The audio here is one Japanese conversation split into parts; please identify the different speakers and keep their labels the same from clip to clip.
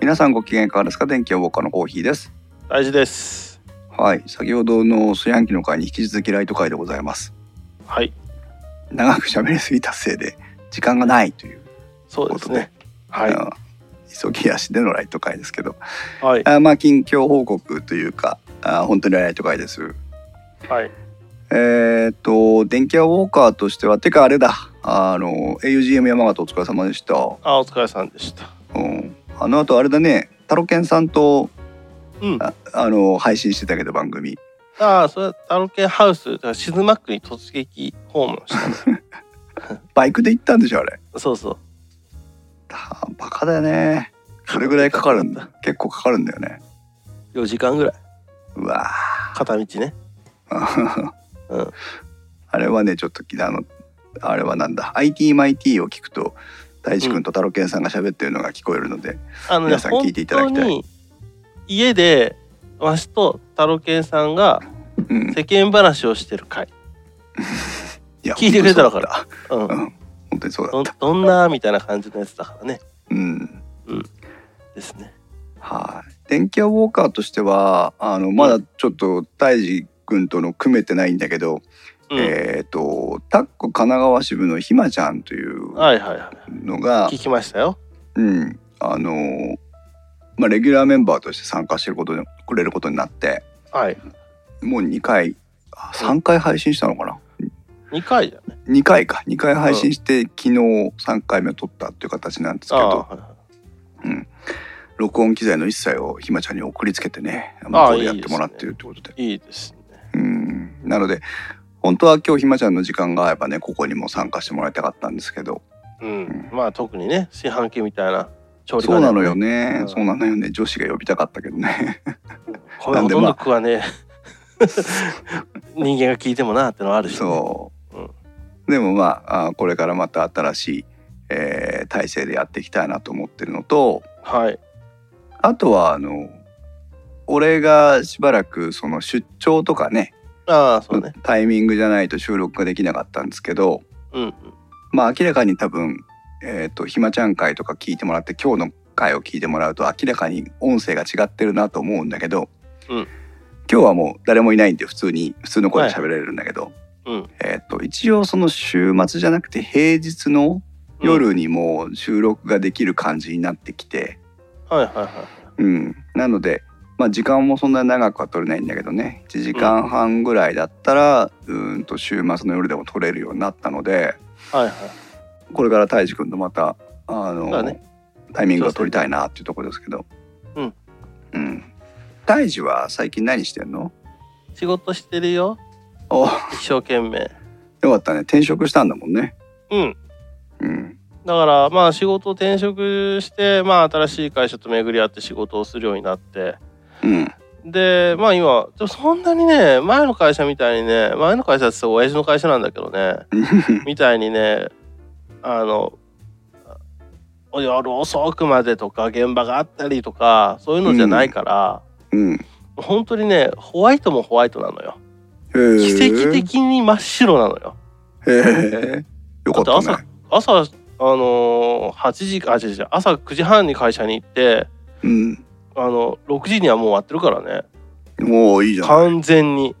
Speaker 1: 皆さんご機嫌いかがですか電気屋ウォーカーのコーヒーです
Speaker 2: 大事です
Speaker 1: はい先ほどの炊飯器の回に引き続きライト回でございます
Speaker 2: はい
Speaker 1: 長く喋りすぎたせいで時間がないという
Speaker 2: そうですねはい
Speaker 1: あの急ぎ足でのライト回ですけど
Speaker 2: はい
Speaker 1: あまあ近況報告というかあ本当にライト回です
Speaker 2: はい
Speaker 1: えーっと電気屋ウォーカーとしてはてかあれだあの augm 山形お疲れ様でした、
Speaker 2: あお疲れさんでした
Speaker 1: うん、あのあとあれだねタロケンさんと
Speaker 2: うんあ
Speaker 1: ああの配信してたけど番組
Speaker 2: あーそれはタロケンハウスだからシズマックに突撃訪問したね
Speaker 1: バイクで行ったんでしょあれ
Speaker 2: そうそう
Speaker 1: あバカだよねそれぐらいかかるんだ結構かかるんだよね
Speaker 2: 4時間ぐらいう
Speaker 1: わ
Speaker 2: 片道ね
Speaker 1: ー
Speaker 2: うん
Speaker 1: あれはねちょっとあのあれはなんだ ITMIT を聞くと大地君とタロケンさんが喋ってるのが聞こえるので、
Speaker 2: あのね
Speaker 1: 皆さん聞いていただきたい
Speaker 2: 本当に家でわしとタロケンさんが
Speaker 1: うん、
Speaker 2: 世間話をしてる回
Speaker 1: いや
Speaker 2: 聞いてくれたのかなうん
Speaker 1: 本当にそうだ
Speaker 2: どどんなみたいな感じのやつだからね
Speaker 1: うん
Speaker 2: ですね
Speaker 1: はい、電気屋ウォーカーとしてはあのまだちょっと大治君との組めてないんだけど、
Speaker 2: うん、
Speaker 1: えっ、とタッコ神奈川支部のひまちゃんという
Speaker 2: はいはいは
Speaker 1: のが、
Speaker 2: い聞きましたよ
Speaker 1: うん、あのまあレギュラーメンバーとして参加してることにくれることになって
Speaker 2: はい
Speaker 1: もう2回あ3回配信したのかな
Speaker 2: 2回じゃない
Speaker 1: 2回か2回配信して、昨日3回目を撮ったっていう形なんですけ
Speaker 2: ああ
Speaker 1: ど
Speaker 2: ー、はいはい
Speaker 1: 録音機材の一切をひまちゃんに送りつけてね向こうでやってもらってるってことで。
Speaker 2: いいですね。
Speaker 1: うんなので本当は今日ひまちゃんの時間が合えばねここにも参加してもらいたかったんですけど
Speaker 2: うん、まあ特にね炊飯器みたいな調理
Speaker 1: そうなのよね、
Speaker 2: うん
Speaker 1: そうなのよね女子が呼びたかったけどね
Speaker 2: これ
Speaker 1: なん
Speaker 2: ほ
Speaker 1: で
Speaker 2: とん
Speaker 1: ま
Speaker 2: ど
Speaker 1: あ
Speaker 2: 食わね え人間が聞いてもなってのはあるし、ね、
Speaker 1: そう、
Speaker 2: うん
Speaker 1: でもまああこれからまた新しい、えー体制でやっていきたいなと思ってるのと
Speaker 2: はい
Speaker 1: あとはあの俺がしばらくその出張とかね
Speaker 2: ああそうね
Speaker 1: タイミングじゃないと収録ができなかったんですけど
Speaker 2: うんうん
Speaker 1: まあ明らかに多分、えー、とひまちゃん回とか聞いてもらって今日の回を聞いてもらうと明らかに音声が違ってるなと思うんだけど、
Speaker 2: うん
Speaker 1: 今日はもう誰もいないんで普通に普通の声で喋れるんだけど、
Speaker 2: うん
Speaker 1: えー、と一応その週末じゃなくて平日の夜にもう収録ができる感じになってきて、
Speaker 2: はいはいはい
Speaker 1: うんなので、まあ、時間もそんな長くは取れないんだけどね1時間半ぐらいだったら、うーんと週末の夜でも取れるようになったので。
Speaker 2: はいはい
Speaker 1: これから太一くんとまたあ
Speaker 2: そう
Speaker 1: の、
Speaker 2: だね
Speaker 1: タイミングを取りたいなっていうところですけど
Speaker 2: うん
Speaker 1: うん太一は最近何してんの
Speaker 2: 仕事してるよ
Speaker 1: およ
Speaker 2: 一生懸命
Speaker 1: かったね転職したんだもんね
Speaker 2: うん
Speaker 1: うん
Speaker 2: だからまあ仕事を転職してまあ新しい会社と巡り合って仕事をするようになって
Speaker 1: うん
Speaker 2: でまあ今でもそんなにね前の会社みたいにね前の会社って親父の会社なんだけどねみたいにねあの夜遅くまでとか現場があったりとかそういうのじゃないから、
Speaker 1: うん
Speaker 2: 本当にねホワイトもホワイトなのよ奇
Speaker 1: 奇
Speaker 2: 跡的に真っ白なのよ
Speaker 1: へえよかったね
Speaker 2: 朝あのー8時かあ違う違う朝9時半に会社に行って
Speaker 1: うん
Speaker 2: あの6時にはもう終わってるからね
Speaker 1: もういいじゃない
Speaker 2: 完全に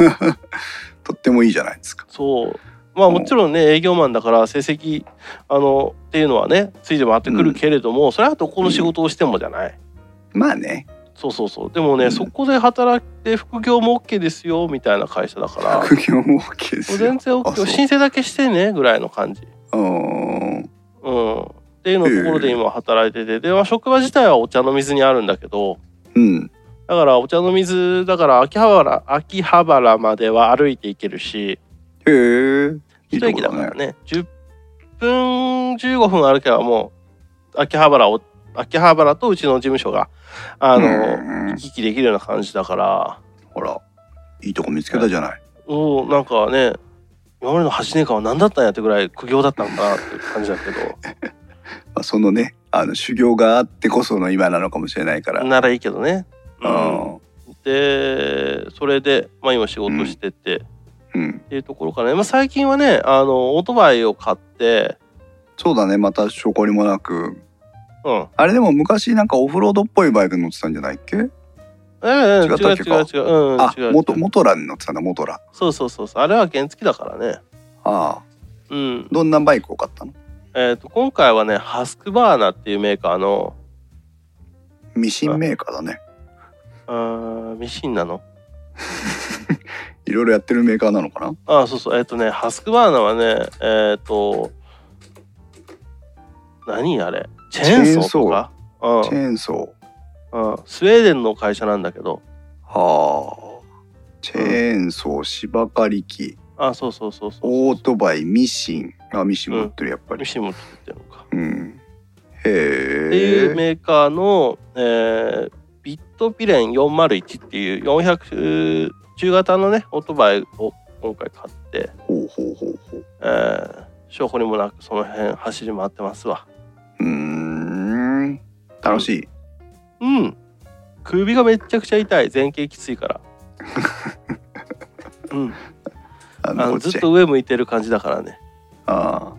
Speaker 1: とってもいいじゃないですか
Speaker 2: そうまあもちろんね営業マンだから成績あのっていうのはねついて回ってくるけれども、それはどこの仕事をしてもじゃない、
Speaker 1: まあね
Speaker 2: そうそうそうでもね、
Speaker 1: うん
Speaker 2: そこで働いて副業も OK ですよみたいな会社だから
Speaker 1: 副業も OK ですよ
Speaker 2: 全然
Speaker 1: あそう
Speaker 2: OK 申請だけしてねぐらいの感じ、
Speaker 1: うん
Speaker 2: うん、っていうのところで今働いててで、まあ、職場自体はお茶の水にあるんだけど
Speaker 1: うん
Speaker 2: だからお茶の水だから秋葉原秋葉原までは歩いていけるし
Speaker 1: へえいい
Speaker 2: 一
Speaker 1: と
Speaker 2: 駅
Speaker 1: こ
Speaker 2: だか
Speaker 1: だ
Speaker 2: ら
Speaker 1: ね
Speaker 2: ね10分15分歩けばもう秋葉原を秋葉原とうちの事務所があの、
Speaker 1: うん
Speaker 2: 行き来できるような感じだから
Speaker 1: ほらいいとこ見つけたじゃない
Speaker 2: おおなんかね今までの8年間は何だったんやってぐらい苦行だったんかなっていう感じだけど
Speaker 1: まあ、そのねあの修行があってこその今なのかもしれない から、
Speaker 2: ならいいけどね、う、
Speaker 1: うんん
Speaker 2: でそれで、まあ、今仕事してて、っ
Speaker 1: うん、
Speaker 2: ていうところからね、まあ、最近はねあのオートバイを買って
Speaker 1: そうだねまた証拠にもなく
Speaker 2: うん。
Speaker 1: あれでも昔なんかオフロードっぽいバイク乗ってたんじゃないっけ
Speaker 2: ええええ
Speaker 1: 違ったっけか
Speaker 2: 違う違う違う。うん、
Speaker 1: あ
Speaker 2: 違う違う。
Speaker 1: モトモトラに乗ってたんだモトラ
Speaker 2: そうそうそうそう。あれは原付だからね。
Speaker 1: ああ
Speaker 2: うん。
Speaker 1: どんなバイクを買ったの
Speaker 2: えっ、と今回はねハスクバーナっていうメーカーの
Speaker 1: ミシンメーカーだね
Speaker 2: うーんミシンなの。
Speaker 1: いろいろやってるメーカーなのかな
Speaker 2: あそうそうえっ、とねハスクバーナはねえっ、と何あれチェーンソーとか。うん
Speaker 1: チェーンソー
Speaker 2: うん、スウェーデンの会社なんだけど
Speaker 1: はあチェーンソー芝刈り機
Speaker 2: あそうそうそうそう
Speaker 1: オートバイミシンあミシン持ってるやっぱり
Speaker 2: ミシンも作ってるのか
Speaker 1: うん
Speaker 2: っていう
Speaker 1: へえ
Speaker 2: メーカーの、えービットピレン401っていう400中型のねオートバイを今回買って、
Speaker 1: ほうほうほうほう
Speaker 2: えー、証拠にもなくその辺走り回ってますわ
Speaker 1: うーん楽しい
Speaker 2: うん首がめちゃくちゃ痛い前傾きつい から、うん、
Speaker 1: あ
Speaker 2: あ
Speaker 1: のこ
Speaker 2: の
Speaker 1: っち
Speaker 2: ずっと上向いてる感じだからね、
Speaker 1: あ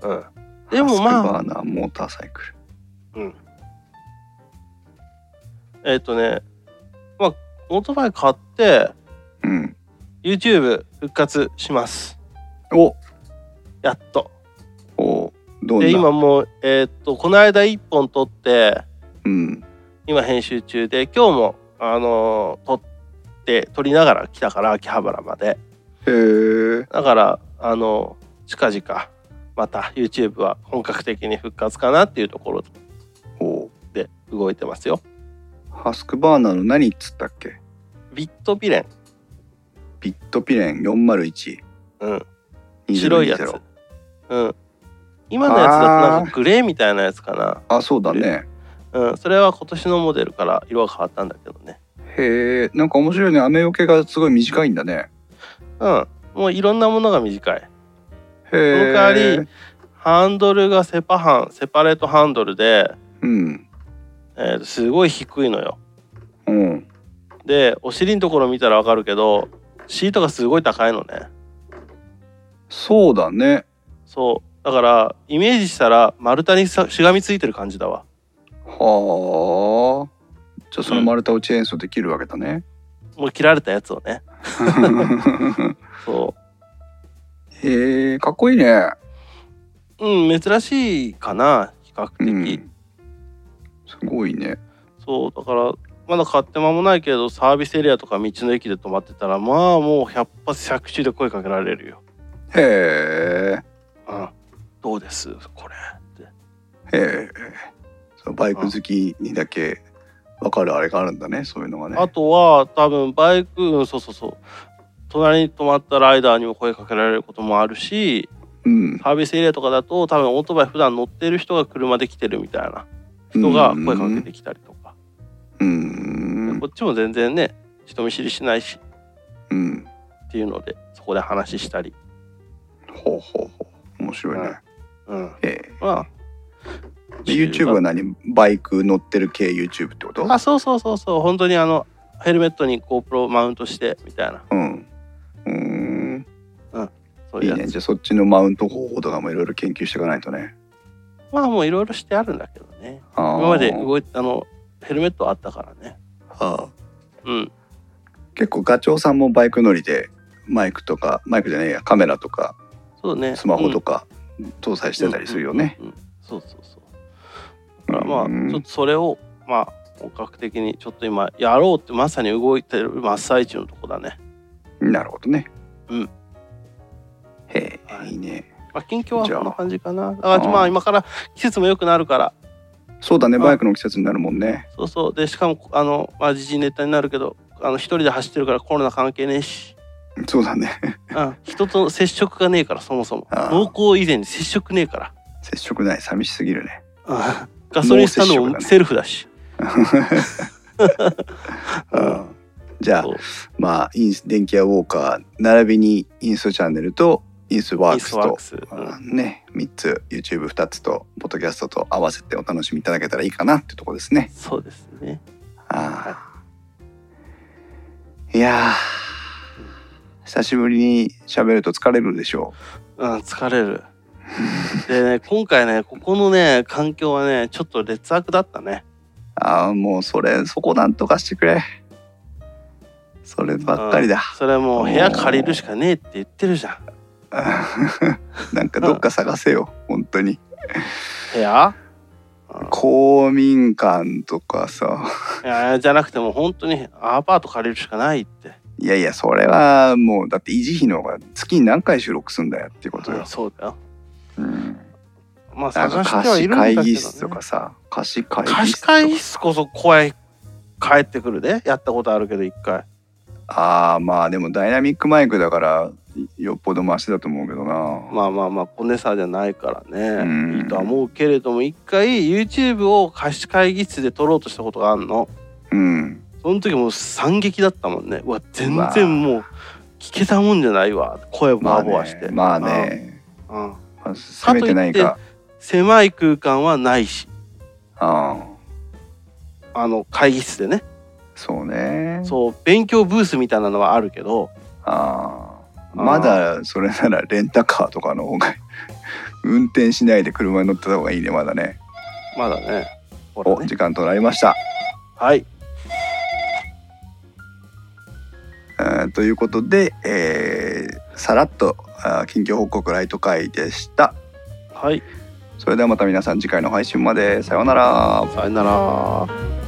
Speaker 1: あ
Speaker 2: うん、でも
Speaker 1: ハスク
Speaker 2: まあ
Speaker 1: バーナーモーターサイクル
Speaker 2: えっ、とねまあオートバイ買って
Speaker 1: うん
Speaker 2: YouTube 復活します
Speaker 1: お
Speaker 2: やっと
Speaker 1: おどんな
Speaker 2: で今もうえーっとこの間1本撮って
Speaker 1: うん
Speaker 2: 今編集中で今日もあのー撮って撮りながら来たから秋葉原まで
Speaker 1: へえ
Speaker 2: だからあの近々また YouTube は本格的に復活かなっていうところ
Speaker 1: お
Speaker 2: で動いてますよ
Speaker 1: ハスクバーナーの何っつったっけ
Speaker 2: ビットピレン、
Speaker 1: ビットピレン401
Speaker 2: うん、
Speaker 1: 2020
Speaker 2: 白いやつ、うん、今のやつだとなんかグレーみたいなやつか
Speaker 1: あそうだね
Speaker 2: な、うん、それは今年のモデルから色が変わったんだけどね
Speaker 1: へえなんか面白いね雨よけがすごい短いんだね
Speaker 2: うんもういろんなものが短い
Speaker 1: へえ
Speaker 2: その代わりハンドルがセパハンセパレートハンドルで、
Speaker 1: うん
Speaker 2: えーすごい低いのよ
Speaker 1: うん
Speaker 2: でお尻のところ見たらわかるけどシートがすごい高いのね
Speaker 1: そうだね
Speaker 2: そうだからイメージしたら丸太にさしがみついてる感じだわ
Speaker 1: はあじゃあその
Speaker 2: うん
Speaker 1: 丸太をチェーンソーできるわけだね、
Speaker 2: もう切られたやつをねそ
Speaker 1: へえかっこいいね
Speaker 2: ううん珍しいかな比較
Speaker 1: う
Speaker 2: 的、
Speaker 1: んすごいね
Speaker 2: そうだからまだ買って間もないけどサービスエリアとか道の駅で止まってたらまあもう百発百中で声かけられるよ
Speaker 1: へ
Speaker 2: うんどうですこれって
Speaker 1: えへえそうバイク好きにだけわかるあれがあるんだねそういうのがね
Speaker 2: あとは多分バイク、うん、そうそうそう隣に止まったライダーにも声かけられることもあるし
Speaker 1: うん
Speaker 2: サービスエリアとかだと多分オートバイ普段乗ってる人が車で来てるみたいな人が声かけてきたりとか、
Speaker 1: うん
Speaker 2: こっちも全然ね人見知りしないし
Speaker 1: うん
Speaker 2: っていうのでそこで話したり、
Speaker 1: ほうほうほう面白いね、
Speaker 2: うん、
Speaker 1: ええ
Speaker 2: まあ
Speaker 1: で YouTube は何バイク乗ってる系 YouTube ってこと
Speaker 2: あそうそうそうそう本当にあのヘルメットに GoPro マウントしてみたいな
Speaker 1: うんうーん
Speaker 2: そう
Speaker 1: い
Speaker 2: い
Speaker 1: いう
Speaker 2: や
Speaker 1: ね
Speaker 2: つ
Speaker 1: じゃあそっちのマウント方法とかもいろいろ研究していかないとね
Speaker 2: まあもういろいろしてあるんだけどね
Speaker 1: あー
Speaker 2: 今まで動いあのヘルメットあったからね
Speaker 1: あー
Speaker 2: うん
Speaker 1: 結構ガチョウさんもバイク乗りでマイクとかマイクじゃねえやカメラとか
Speaker 2: そうね
Speaker 1: スマホとか
Speaker 2: か
Speaker 1: 搭載してたりするよね、
Speaker 2: うんうんうんそうそうそうだからま
Speaker 1: う
Speaker 2: あ
Speaker 1: ん
Speaker 2: ちょっとそれをまあ本格的にちょっと今やろうってまさに動いてる真っ最中のとこだね、
Speaker 1: なるほどね
Speaker 2: うん
Speaker 1: へえ、
Speaker 2: はい
Speaker 1: い、いね
Speaker 2: まあ、近況は
Speaker 1: じゃあ
Speaker 2: こんな感じかなだからま
Speaker 1: あ
Speaker 2: あ
Speaker 1: ー
Speaker 2: 今から季節も良くなるから
Speaker 1: そうだね
Speaker 2: あ
Speaker 1: バイクの季節になるもんね
Speaker 2: そうそうでしかもあのまあ時事ネタになるけどあの一人で走ってるからコロナ関係ねえし
Speaker 1: そうだね
Speaker 2: うん、人と接触がねえからそもそも
Speaker 1: ああ
Speaker 2: 濃厚以前に接触ねえから
Speaker 1: 接触ない寂しすぎるね
Speaker 2: うんガソリンスタンド
Speaker 1: ノー接触だ
Speaker 2: も
Speaker 1: ね
Speaker 2: セルフだし
Speaker 1: うんじゃあ
Speaker 2: そう
Speaker 1: まあ、インス電気屋ウォーカー並びにインストチャンネルとインスワークス
Speaker 2: イン
Speaker 1: と
Speaker 2: スワークスうん
Speaker 1: あね3つ YouTube2 つとポッドキャストと合わせてお楽しみいただけたらいいかなってとこですね。
Speaker 2: そうですね
Speaker 1: あーいやー久しぶりに喋ると疲れるでしょ
Speaker 2: うん疲れる
Speaker 1: う。
Speaker 2: でね、今回ね、ここのね、環境はね、ちょっと劣悪だったね。
Speaker 1: ああもうそれそこなんとかしてくれそればっかりだ、
Speaker 2: それはもう部屋借りるしかねえって言ってるじゃん。
Speaker 1: なんかどっか探せよ本当に
Speaker 2: 部屋、うん
Speaker 1: 公民館とかさ
Speaker 2: いやじゃなくてもう本当にアパート借りるしかないって。
Speaker 1: いやいやそれはもうだって維持費の方が月に何回収録すんだよっていうことよ、
Speaker 2: そうだよ。
Speaker 1: うん、
Speaker 2: まあ
Speaker 1: なん
Speaker 2: 探
Speaker 1: か
Speaker 2: し
Speaker 1: 貸し
Speaker 2: てはいるんだけ
Speaker 1: 会
Speaker 2: ど、ね、
Speaker 1: 議室とかさ貸し会議
Speaker 2: 貸
Speaker 1: 室
Speaker 2: し
Speaker 1: とか
Speaker 2: 会議室こそ声返ってくるでやったことあるけど一回
Speaker 1: ああまあでもダイナミックマイクだからよっぽどマシだと思うけどな、
Speaker 2: まあまあまあコネサーじゃないから
Speaker 1: うん
Speaker 2: ねいいとは思うけれども一回 YouTube を貸し会議室で撮ろうとしたことがあるの
Speaker 1: うん
Speaker 2: その時もう惨劇だったもんねうわ全
Speaker 1: まあ
Speaker 2: 然もう聞けたもんじゃないわ声ボ
Speaker 1: ま
Speaker 2: ワ
Speaker 1: あ
Speaker 2: ボワして
Speaker 1: ねまあね
Speaker 2: うんうん
Speaker 1: まあ攻めてないか
Speaker 2: 狭い空間はないし
Speaker 1: ああ
Speaker 2: あの会議室でね
Speaker 1: そうね
Speaker 2: そう勉強ブースみたいなのはあるけど
Speaker 1: ああまだそれならレンタカーとかの方が運転しないで車に乗ってた方がいいねまだね
Speaker 2: まだねほら
Speaker 1: お
Speaker 2: ね
Speaker 1: 時間となりました、
Speaker 2: はい
Speaker 1: えーということで、えーさらっとあー近況報告ライト会でした
Speaker 2: はい
Speaker 1: それではまた皆さん次回の配信までさようなら
Speaker 2: さよなら。